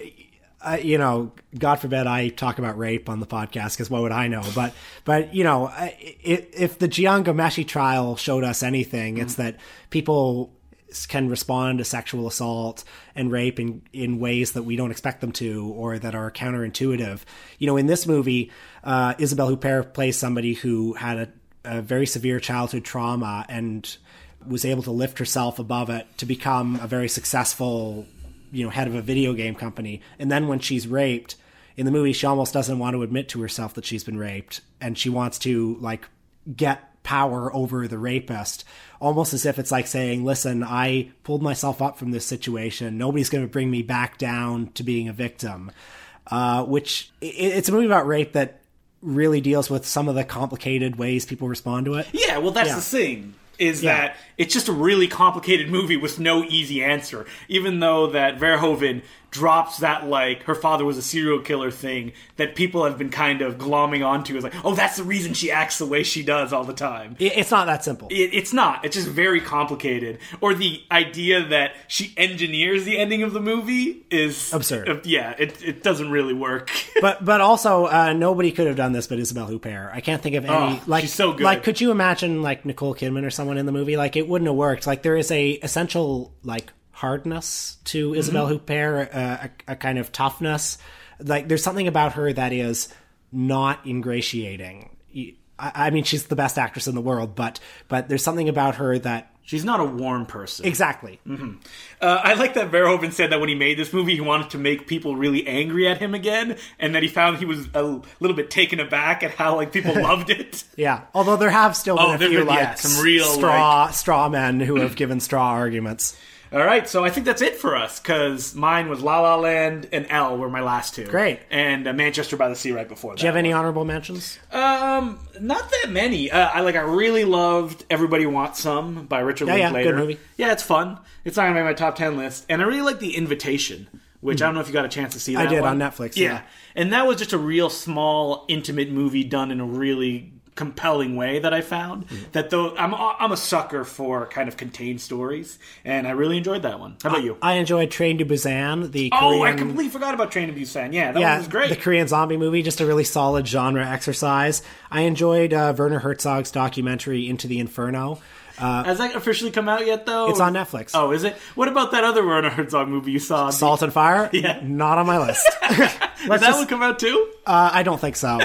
I, you know, God forbid I talk about rape on the podcast because what would I know? But but you know, I- i- if the Giangomeshi trial showed us anything, it's that people s- can respond to sexual assault and rape in, in ways that we don't expect them to or that are counterintuitive. You know, in this movie, uh, Isabelle Huppert plays somebody who had a, a very severe childhood trauma and was able to lift herself above it to become a very successful you know head of a video game company and then when she's raped in the movie she almost doesn't want to admit to herself that she's been raped and she wants to like get power over the rapist almost as if it's like saying listen i pulled myself up from this situation nobody's going to bring me back down to being a victim uh, which i it's a movie about rape that really deals with some of the complicated ways people respond to it
Yeah, well, that's the thing is that it's just a really complicated movie with no easy answer. Even though that Verhoeven drops that like her father was a serial killer thing that people have been kind of glomming onto as like, oh, that's the reason she acts the way she does all the time.
I- it's not that simple
It, it's not. It's just very complicated. Or the idea that she engineers the ending of the movie is
Absurd.
uh, yeah, it it doesn't really work.
but but also uh, nobody could have done this but Isabelle Huppert. I can't think of any
Oh,
like
she's so good.
Like, could you imagine like Nicole Kidman or someone in the movie? Like, it wouldn't have worked. Like, there is a essential like hardness to
Mm-hmm.
Isabelle Huppert, uh, a, a kind of toughness. Like, there's something about her that is not ingratiating. You- I, I mean, she's the best actress in the world, but but there's something about her that
She's not a warm person.
exactly.
Uh, I like that Verhoeven said that when he made this movie, he wanted to make people really angry at him again, and that he found he was a l- little bit taken aback at how like people loved it.
Yeah, although there have still been
Oh,
a
there've
few
been,
like
yeah, some real,
straw straw men who have given straw arguments.
All right, so I think that's it for us because mine was La La Land and L were my last two.
Great.
and uh, Manchester by the Sea right before that.
Do you have any honorable mentions?
Um, not that many. Uh, I like. I really loved "Everybody Wants Some" by Richard
yeah,
Linklater.
good movie.
Yeah, it's fun. It's not gonna make my top ten list, and I really like "The Invitation," which I don't know if you got a chance to see. That
Hmm. did
one.
on Netflix, yeah.
and that was just a real small, intimate movie done in a really compelling way that I found.
Hmm.
That though I'm I'm a sucker for kind of contained stories, and I really enjoyed that one. How about you?
I enjoyed Train to Busan, the
oh, I
Uh, Korean,
completely forgot about Train to Busan. Yeah, that one
yeah,
was great.
the Korean zombie movie. Just a really solid genre exercise. I enjoyed uh, Werner Herzog's documentary Into the Inferno.
Has that officially come out yet, though?
It's on Netflix.
Oh, is it? What about that other Werner Herzog movie you saw?
Salt and Fire,
Yeah.
not on my list.
Did that
Let's just-
one come out too?
Uh, I don't think so.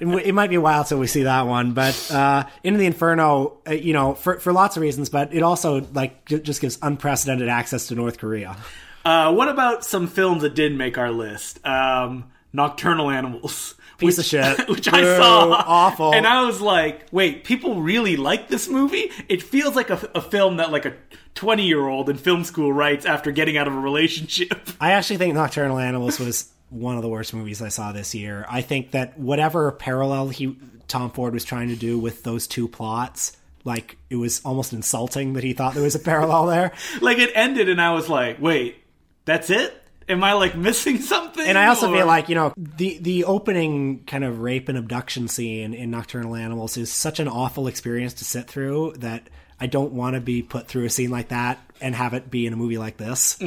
It w- it might be a while till we see that one, but uh, Into the Inferno, uh, you know, for, for lots of reasons, but it also like ju- just gives unprecedented access to North Korea.
Uh, what about some films that did make our list? Um, Nocturnal Animals.
Piece
which,
of shit.
Which I
Boo.
saw.
Awful.
And I was like, wait, people really like this movie? It feels like a, a film that like a 20 year old in film school writes after getting out of a relationship.
I actually think Nocturnal Animals was one of the worst movies I saw this year. I think that whatever parallel he Tom Ford was trying to do with those two plots, like it was almost insulting that he thought there was a parallel there.
like it ended and I was like, wait, that's it? Am I like missing something?
And I also
Or-
feel like, you know, the the opening kind of rape and abduction scene in Nocturnal Animals is such an awful experience to sit through that I I don't want to be put through a scene like that and have it be in a movie like this.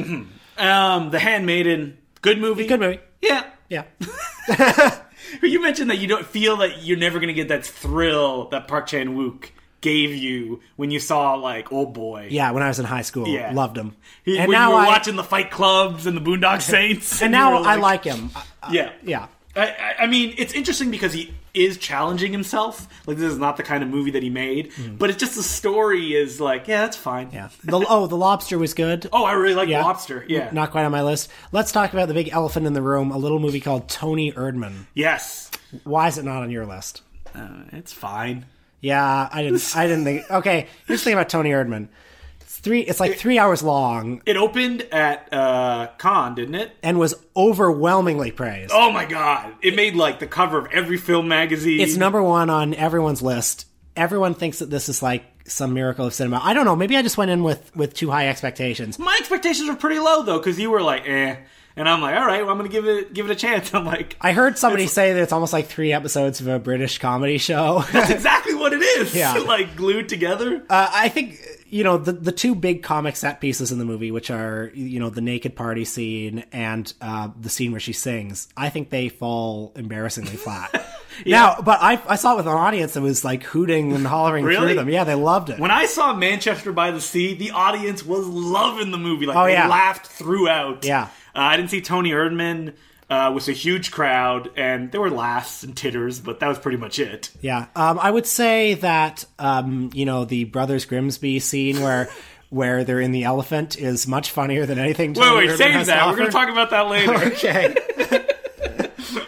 Um, The Handmaiden, good movie.
Good movie.
Yeah.
Yeah.
You mentioned that you don't feel that you're never going to get that thrill that Park Chan Wook gave you when you saw like Old Boy.
Yeah, when I was in high school,
Yeah.
loved him.
He-
and
when
now
you were
I
watching the Fight Clubs and the Boondock Saints,
and
you
now
were
I like him. I- I-
yeah,
yeah.
I- I, I mean, it's interesting because he is challenging himself. Like this is not the kind of movie that he made, but it's just the story is like, yeah, that's fine.
Mm. Yeah. The, oh, the lobster was good.
Oh, I really like
Yeah.
Lobster. Yeah.
Not quite on my list. Let's talk about the big elephant in the room, a little movie called Tony Erdman.
yes.
Why is it not on your list?
Uh, it's fine.
Yeah, I didn't. I didn't think. Okay, here's the thing about Tony Erdman. It's three. It's like three hours long
It opened at uh, Con, didn't it?
and was overwhelmingly praised.
Oh my god! It made like the cover of every film magazine.
It's number one on everyone's list. Everyone thinks that this is like some miracle of cinema. I don't know. Maybe I just went in with with too high expectations.
my expectations were pretty low though, because you were like, eh, and I'm like, all right, well, I'm gonna give it give it a chance. I'm like,
I heard somebody say that it's almost like three episodes of a British comedy show.
that's exactly what it is.
Yeah.
like glued together.
Uh, I think you know the the two big comic set pieces in the movie, which are you know the naked party scene and uh, the scene where she sings. I think they fall embarrassingly flat. Now, but I I saw it with an audience that was like hooting and hollering
Really?
through them. Yeah, they loved it.
when I saw Manchester by the Sea, the audience was loving the movie. Like,
Oh,
they
yeah.
laughed throughout.
Yeah.
Uh, I didn't see Tony Erdman. Uh, was a huge crowd, and there were laughs and titters, but that was pretty much it.
yeah, um, I would say that um, you know the Brothers Grimsby scene where. Where they're in the elephant is much funnier than anything.
Wait,
Tony
wait,
Erdman
save
has
that. We're going
offer.
to talk about that later.
okay.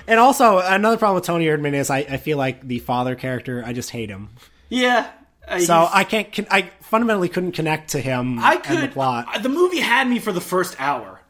and also another problem with Tony Erdman is I, I feel like the father character I just hate him.
yeah. Uh,
So
he's-
I can't con- I fundamentally couldn't connect to him
I could.
and the plot. Uh-huh.
uh, the movie had me for the first hour,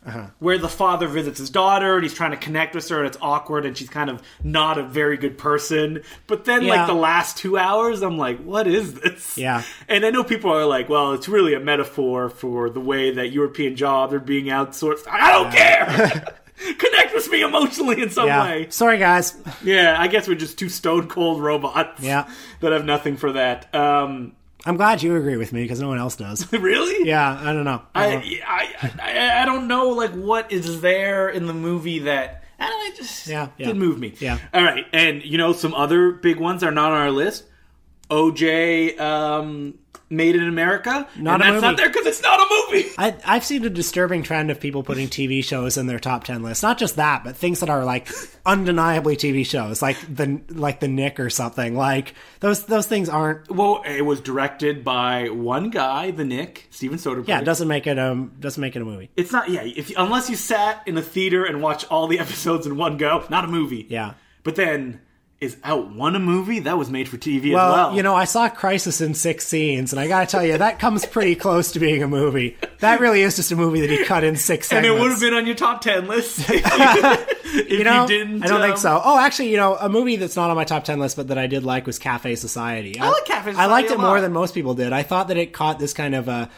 where the father visits his daughter and he's trying to connect with her, and it's awkward, and she's kind of not a very good person. But then,
Yeah.
like the last two hours, I'm like, what is this?
Yeah.
And I know people are like, well, it's really a metaphor for the way that European jobs are being outsourced. I don't care. Connect with me emotionally in some
yeah.
way.
Sorry guys.
Yeah, I guess we're just two stone cold robots.
Yeah.
That have nothing for that. Um,
I'm glad you agree with me because no one else does.
really?
Yeah, I don't know. Uh, I don't know.
I, I, I, I don't know like what is there in the movie that I don't know, it just
Yeah, yeah.
did move me.
Yeah.
All right, and you know some other big ones are not on our list. OJ um, Made in America.
Not
and
a
that's not
movie.
there because it's not a movie.
I, I've seen a disturbing trend of people putting TV shows in their top ten lists. Not just that, but things that are like undeniably TV shows, like the like the Nick or something. Like those those things aren't.
Well, it was directed by one guy, the Nick Steven Soderbergh.
Yeah, it doesn't make it um doesn't make it a movie.
it's not. Yeah, if unless you sat in a theater and watched all the episodes in one go, not a movie.
Yeah.
but then. Is Out One a movie that was made for TV
Well,
as well?
you know, I saw Crisis in six scenes, and I gotta tell you, that comes pretty close to being a movie. That really is just a movie that he cut in six
And
segments.
it would have been on your top ten list if you, if
You know,
you didn't.
I don't
um,
think so. Oh, actually, you know, a movie that's not on my top ten list, but that I did like was Cafe Society. I,
like Cafe
I
Society
liked it
a
more
lot.
than most people did. I thought that it caught this kind of a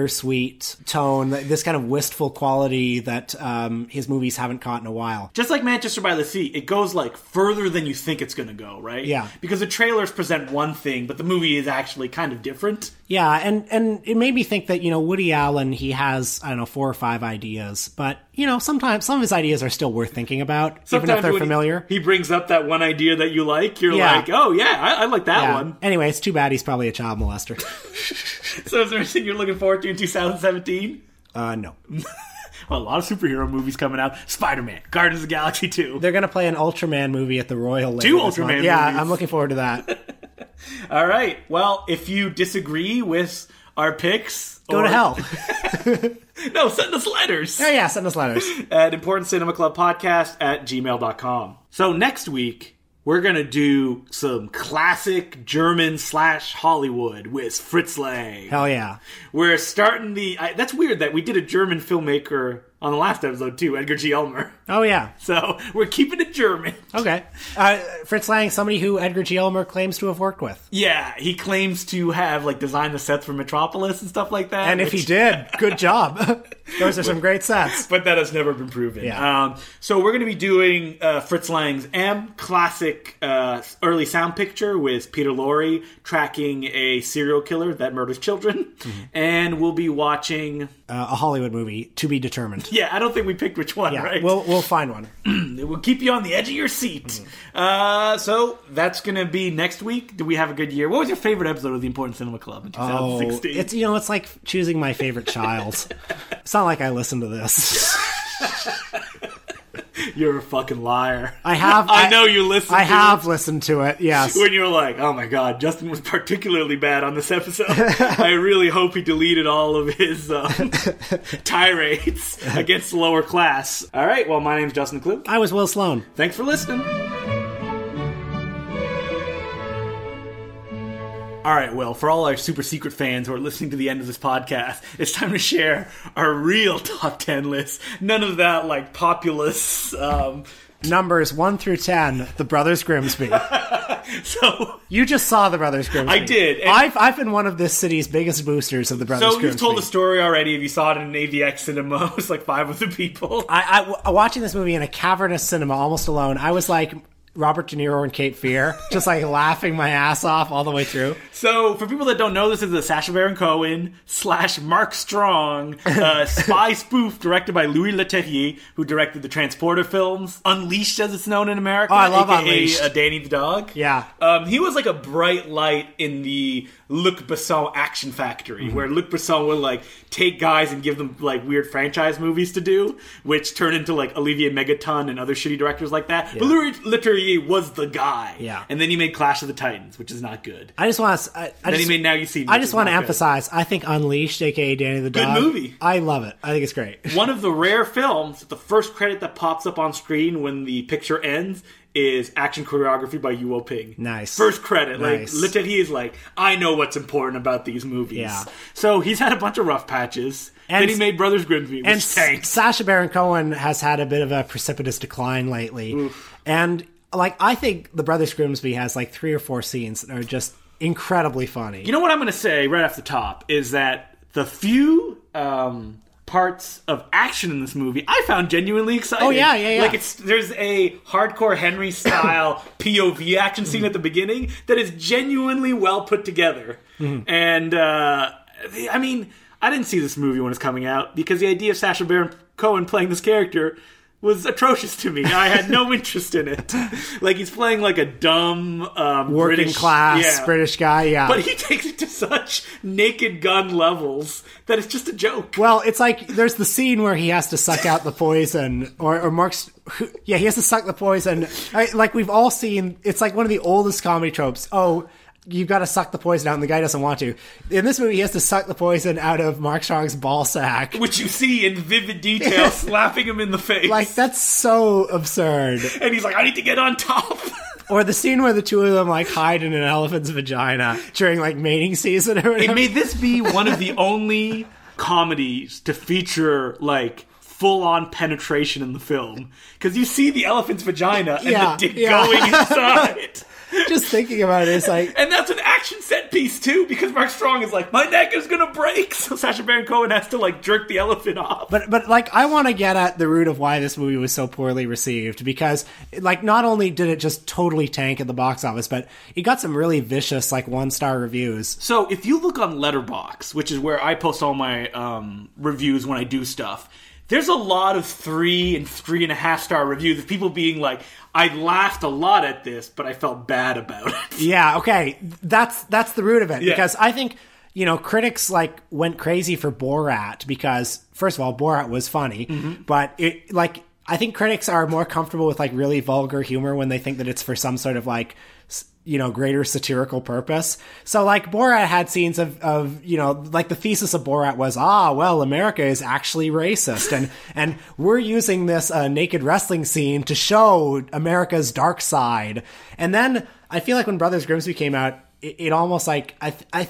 bittersweet tone, this kind of wistful quality that um, his movies haven't caught in a while.
Just like Manchester by the Sea, it goes like further than you think it's going to go, right?
Yeah.
Because the trailers present one thing, but the movie is actually kind of different.
Yeah, and and it made me think that you know Woody Allen he has I don't know four or five ideas, but you know sometimes some of his ideas are still worth thinking about, even if
Sometimes
they're
when
familiar.
He brings up that one idea that you like. You're
Yeah.
like, oh yeah, I, I like that
Yeah.
one.
Anyway, it's too bad he's probably a child molester.
So is there anything you're looking forward to in 2017?
uh, no,
Well, a lot of superhero movies coming out. Spider-Man, Guardians of the Galaxy 2.
they're gonna play an Ultraman movie at the Royal. later
Two
this month.
Ultraman
Yeah,
movies.
I'm looking forward to that.
All right. Well, if you disagree with our picks,
Go to hell.
No, send us letters.
Oh yeah, send us letters.
at important cinema club podcast at gmail.com so next week we're gonna do some classic german slash hollywood with fritz lang
Hell yeah.
we're starting the I, that's weird that we did a german filmmaker on the last episode too, Edgar G. Elmer.
Oh yeah.
So we're keeping it German.
Okay. Uh, Fritz Lang, somebody who Edgar G. Elmer claims to have worked with.
Yeah, he claims to have like designed the sets for Metropolis and stuff like that.
And if
which-
he did, good job. Those are some great sets.
but that has never been proven.
Yeah.
Um, so we're going to be doing uh, Fritz Lang's M classic uh, early sound picture with Peter Lorre tracking a serial killer that murders children,
Mm-hmm.
and we'll be watching.
Uh, a Hollywood movie to be determined.
Yeah, I don't think we picked which one.
Yeah,
right?
we'll we'll find one.
it will keep you on the edge of your seat.
Mm-hmm.
Uh, so that's going to be next week. Do we have a good year? What was your favorite episode of the Important Cinema Club in
Oh,
2016?
it's you know, it's like choosing my favorite child. it's not like I listen to this.
You're a fucking liar.
I have.
I, know you listen.
I
to
have listened to it. Yes.
when you were like, "Oh my god, Justin was particularly bad on this episode." I really hope he deleted all of his um, tirades against the lower class. All right, well, my name's Justin Clue.
I was Will Sloan.
Thanks for listening. All right, well, for all our super secret fans who are listening to the end of this podcast, it's time to share our real top 10 list. None of that, like, populous. Um,
Numbers one through ten. The Brothers Grimsby.
so,
You just saw the Brothers Grimsby.
I did, and-
I've I've been one of this city's biggest boosters of the Brothers
so
Grimsby.
you've told the story already. If you saw it in an AVX cinema, it was like five of the people.
I, I w- watching this movie in a cavernous cinema, almost alone. I was like Robert De Niro and Cape Fear, just like laughing my ass off all the way through.
So, for people that don't know, this is the Sacha Baron Cohen slash Mark Strong uh, spy spoof directed by Louis Leterrier, who directed the Transporter films, Unleashed as it's known in America.
Oh, I love
aka,
Unleashed.
Uh, Danny the Dog.
Yeah.
Um, he was like a bright light in the Luc Besson action factory,
Mm-hmm.
where Luc Besson would like take guys and give them like weird franchise movies to do, which turn into like Olivier Megaton and other shitty directors like that. But Louis Leterrier was the guy.
Yeah.
And then he made Clash of the Titans, which is not good.
I just want to. I, I
Then
just,
he made Now You See Me.
I
which
just
is
want to
not good.
emphasize. I think Unleashed, aka Danny the Dog,
movie.
I love it. I think it's great.
One of the rare films, the first credit that pops up on screen when the picture ends is action choreography by Yuo Ping.
Nice.
First credit.
Nice.
Like, literally, he is like, I know what's important about these movies.
Yeah.
So he's had a bunch of rough patches.
And-
then he made Brothers Grimsby, which
And
tanked.
Sasha Baron Cohen has had a bit of a precipitous decline lately, and like I think the Brothers Grimsby has like three or four scenes that are just incredibly funny.
You know what I'm going to say right off the top is that the few um, parts of action in this movie I found genuinely exciting. Oh
yeah, yeah, yeah.
Like it's there's a hardcore Henry style POV action scene at the beginning that is genuinely well put together,
Mm-hmm.
and uh, the- I mean I didn't see this movie when it's coming out because the idea of Sacha Baron Cohen playing this character. Was atrocious to me. I had no interest in it. Like he's playing like a dumb um,
Working
British,
class
yeah.
British guy, yeah.
But he takes it to such naked gun levels that it's just a joke.
Well, it's like there's the scene where he has to suck out the poison, or, or Mark's. Yeah, he has to suck the poison. I, like we've all seen, it's like one of the oldest comedy tropes. Oh, you've got to suck the poison out, and the guy doesn't want to. In this movie, he has to suck the poison out of Mark Strong's ball sack.
Which you see in vivid detail slapping him in the face.
Like that's so absurd.
and he's like, I need to get on top.
Or the scene where the two of them like hide in an elephant's vagina during like mating season or whatever.
it may this be one of the only comedies to feature like full on penetration in the film. Because you see the elephant's vagina and
Yeah,
the dick
yeah.
going inside.
Just thinking about it, it's like
And that's an action set piece too, because Mark Strong is like, my neck is gonna break, so Sacha Baron Cohen has to like jerk the elephant off.
But but like I want to get at the root of why this movie was so poorly received because like not only did it just totally tank at the box office, but it got some really vicious like one star reviews.
So if you look on Letterbox, which is where I post all my um, reviews when I do stuff, there's a lot of three and three and a half star reviews of people being like, "I laughed a lot at this, but I felt bad about it."
Yeah, okay, that's that's the root of it
Yeah.
because I think you know critics like went crazy for Borat because first of all Borat was funny, but it like. I think critics are more comfortable with like really vulgar humor when they think that it's for some sort of like s- you know greater satirical purpose. So like Borat had scenes of of you know like the thesis of Borat was ah well America is actually racist and and we're using this uh, naked wrestling scene to show America's dark side. And then I feel like when Brothers Grimsby came out it, it almost like I I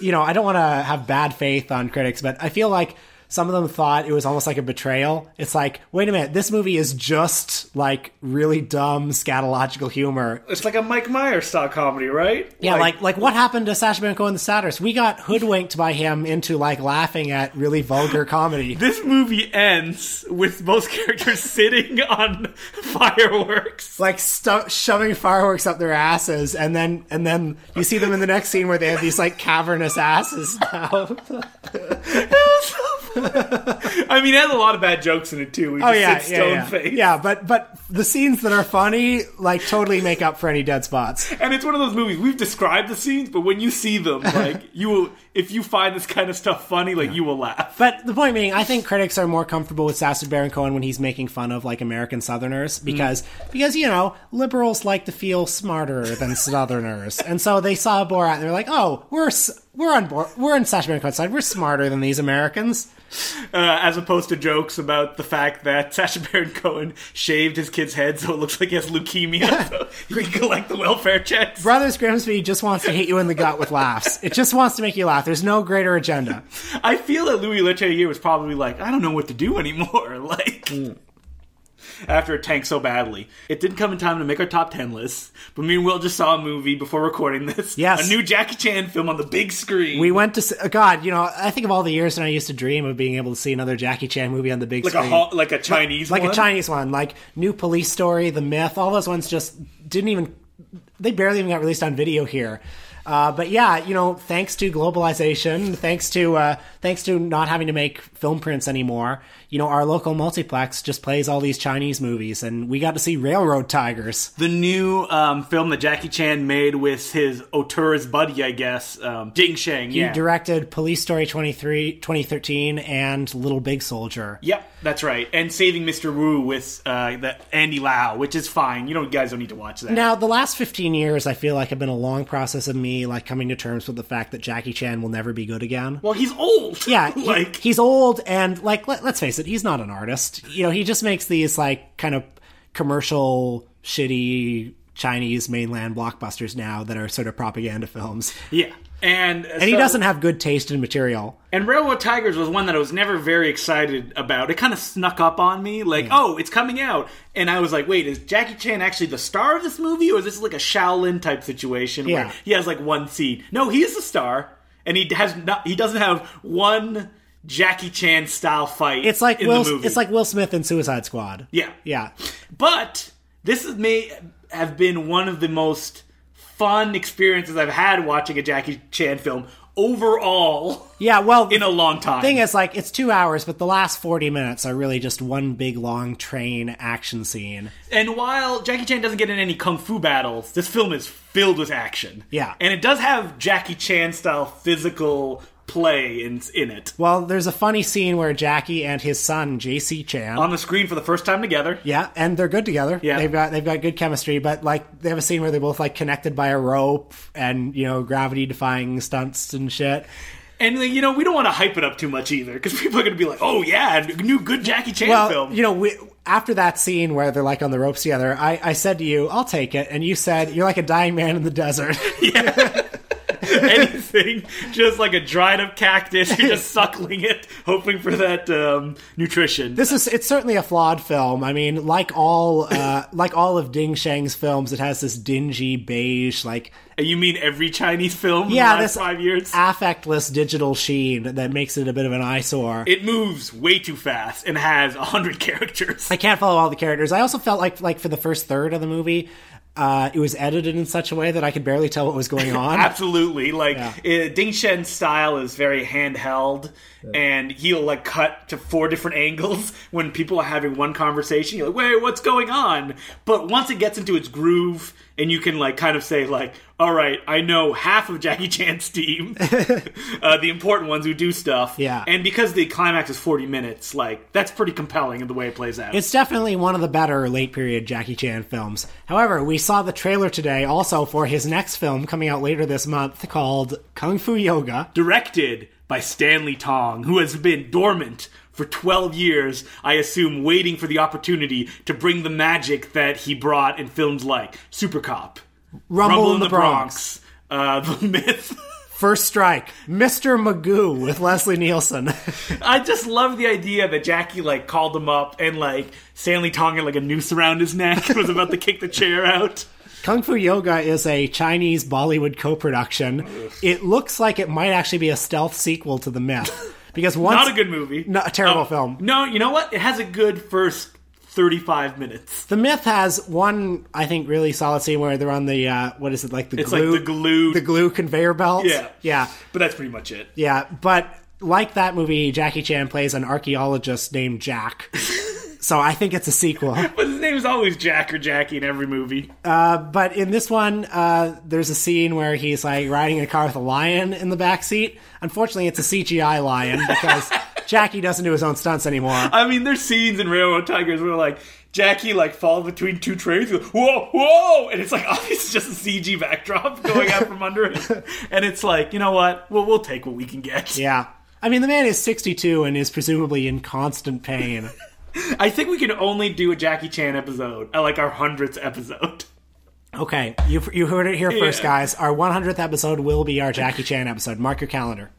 you know I don't want to have bad faith on critics but I feel like some of them thought it was almost like a betrayal. It's like, wait a minute, this movie is just like really dumb scatological humor.
It's like a Mike Myers style comedy, right?
Yeah, like, like what happened to Sacha Baron Cohen the satirist? We got hoodwinked by him into like laughing at really vulgar comedy.
this movie ends with both characters sitting on fireworks.
like stu- shoving fireworks up their asses and then and then you see them in the next scene where they have these like cavernous asses now.
I mean, it has a lot of bad jokes in it too. We
Oh
just
yeah,
sit
yeah,
stone
yeah.
faced.
yeah, but but the scenes that are funny like totally make up for any dead spots.
And it's one of those movies we've described the scenes, but when you see them, like you will, if you find this kind of stuff funny, like you will laugh.
But the point being, I think critics are more comfortable with Sacha Baron Cohen when he's making fun of like American Southerners because because you know liberals like to feel smarter than Southerners, and so they saw Borat and they're like, oh, we're s- we're on board, we're on Sacha Baron Cohen's side, we're smarter than these Americans.
Uh, as opposed to jokes about the fact that Sacha Baron Cohen shaved his kid's head so it looks like he has leukemia, so he can collect the welfare checks.
Brothers Grimsby just wants to hit you in the gut with laughs. It just wants to make you laugh. There's no greater agenda.
I feel that Louis Leterrier was probably like, I don't know what to do anymore. Like, after it tanked so badly, it didn't come in time to make our top ten list. But me and Will just saw a movie before recording this.
Yes.
a new Jackie Chan film on the big screen.
We went to s- uh, God. You know, I think of all the years when I used to dream of being able to see another Jackie Chan movie on the big
like a
screen.
ho- like a Chinese
like
one.
a Chinese one, like New Police Story, The Myth, all those ones just didn't even, they barely even got released on video here. Uh, but yeah, you know, thanks to globalization, thanks to uh, thanks to not having to make film prints anymore, you know, our local multiplex just plays all these Chinese movies, and we got to see Railroad Tigers.
the new um, film that Jackie Chan made with his auteur's buddy, I guess, um, Ding Shang. Yeah.
Directed Police Story 23, 2013 and Little Big Soldier.
Yep, that's right. And Saving Mr. Wu with uh, the Andy Lau, which is fine. You don't guys don't need to watch that.
Now, the last 15 years, I feel like have been a long process of me like coming to terms with the fact that Jackie Chan will never be good again.
Well, he's old.
Yeah, he-
like
he's old and like let, let's face it, he's not an artist. You know, he just makes these like kind of commercial shitty Chinese mainland blockbusters now that are sort of propaganda films.
yeah. And, and
And he doesn't have good taste in material.
And Railroad Tigers was one that I was never very excited about. It kind of snuck up on me, like, oh, it's coming out, and I was like, wait, is Jackie Chan actually the star of this movie, or is this like a Shaolin type situation
Yeah.
where he has like one scene? No, he is the star, and he has not. He doesn't have one Jackie Chan style fight.
It's like
in
Will
the movie.
it's like Will Smith in Suicide Squad.
yeah,
Yeah.
But this is, may have been one of the most fun experiences I've had watching a Jackie Chan film overall
Yeah, well
in a long time.
thing is like it's two hours but the last 40 minutes are really just one big long train action scene
And while Jackie Chan doesn't get in any kung fu battles, this film is filled with action.
Yeah.
And it does have Jackie Chan style physical play in, in it.
well there's a funny scene where jackie and his son jc chan
On the screen for the first time together.
yeah and they're good together
Um, Yeah.
they've got they've got good chemistry but like they have a scene where they're both like connected by a rope and you know gravity defying stunts and shit
And, like, you know, we don't want to hype it up too much either, because people are going to be like, oh, yeah, n- new good Jackie Chan
well
film.
you know we, after that scene where they're like on the ropes together I, I said to you i'll take it and you said you're like a dying man in the desert
Anything. just like a dried up cactus. You're just suckling it, hoping for that um, nutrition.
this is it's certainly a flawed film i mean like all uh like all of ding shang's films it has this dingy beige like
you mean every Chinese film
yeah
in the last
this
five years?
affectless digital sheen that makes it a bit of an eyesore
it moves way too fast and has 100 characters.
I can't follow all the characters. I also felt like like for the first third of the movie, uh, it was edited in such a way that I could barely tell what was going on.
Absolutely, like uh, Ding Shen's style is very handheld, and he'll like cut to four different angles when people are having one conversation. You're like, "Wait, what's going on?" But once it gets into its groove, and you can like kind of say like, "All right, I know half of Jackie Chan's team, uh, the important ones who do stuff."
Yeah.
and because the climax is 40 minutes, like that's pretty compelling in the way it plays out.
It's definitely one of the better late period Jackie Chan films. However, we saw the trailer today also for his next film coming out later this month called Kung Fu Yoga.
directed by Stanley Tong, who has been dormant for 12 years, I assume, waiting for the opportunity to bring the magic that he brought in films like Super Cop,
Rumble, in the, Bronx.
Bronx, uh, The Myth,
First strike, Mr. Magoo with Leslie Nielsen.
I just love the idea that Jackie like called him up and like Stanley Tong had like a noose around his neck and was about to kick the chair out.
Kung Fu Yoga is a Chinese Bollywood co-production. It looks like it might actually be a stealth sequel to The Myth because once
Not a good movie.
No, a terrible
Oh,
film.
No, you know what? It has a good first 35 minutes.
The Myth has one, I think, really solid scene where they're on the uh, what is it like the
It's
glue
like the glue,
the glue conveyor belt.
Yeah.
yeah,
but that's pretty much it.
yeah. But like that movie, Jackie Chan plays an archaeologist named Jack. So I think it's a sequel.
But his name is always Jack or Jackie in every movie.
But in this one, uh, there's a scene where he's like riding in a car with a lion in the back seat. Unfortunately, it's a CGI lion because Jackie doesn't do his own stunts anymore.
I mean, there's scenes in Railroad Tigers where like Jackie like falls between two trains, goes, whoa, whoa, and it's like obviously just a CG backdrop going out from under it, and it's like you know what, we'll, we'll take what we can get.
Yeah. I mean, the man is 62 and is presumably in constant pain.
I think we can only do a Jackie Chan episode, uh, like our hundredth episode.
Okay, you, you heard it here first,
Yeah.
guys. Our 100th episode will be our Jackie Chan episode. Mark your calendar.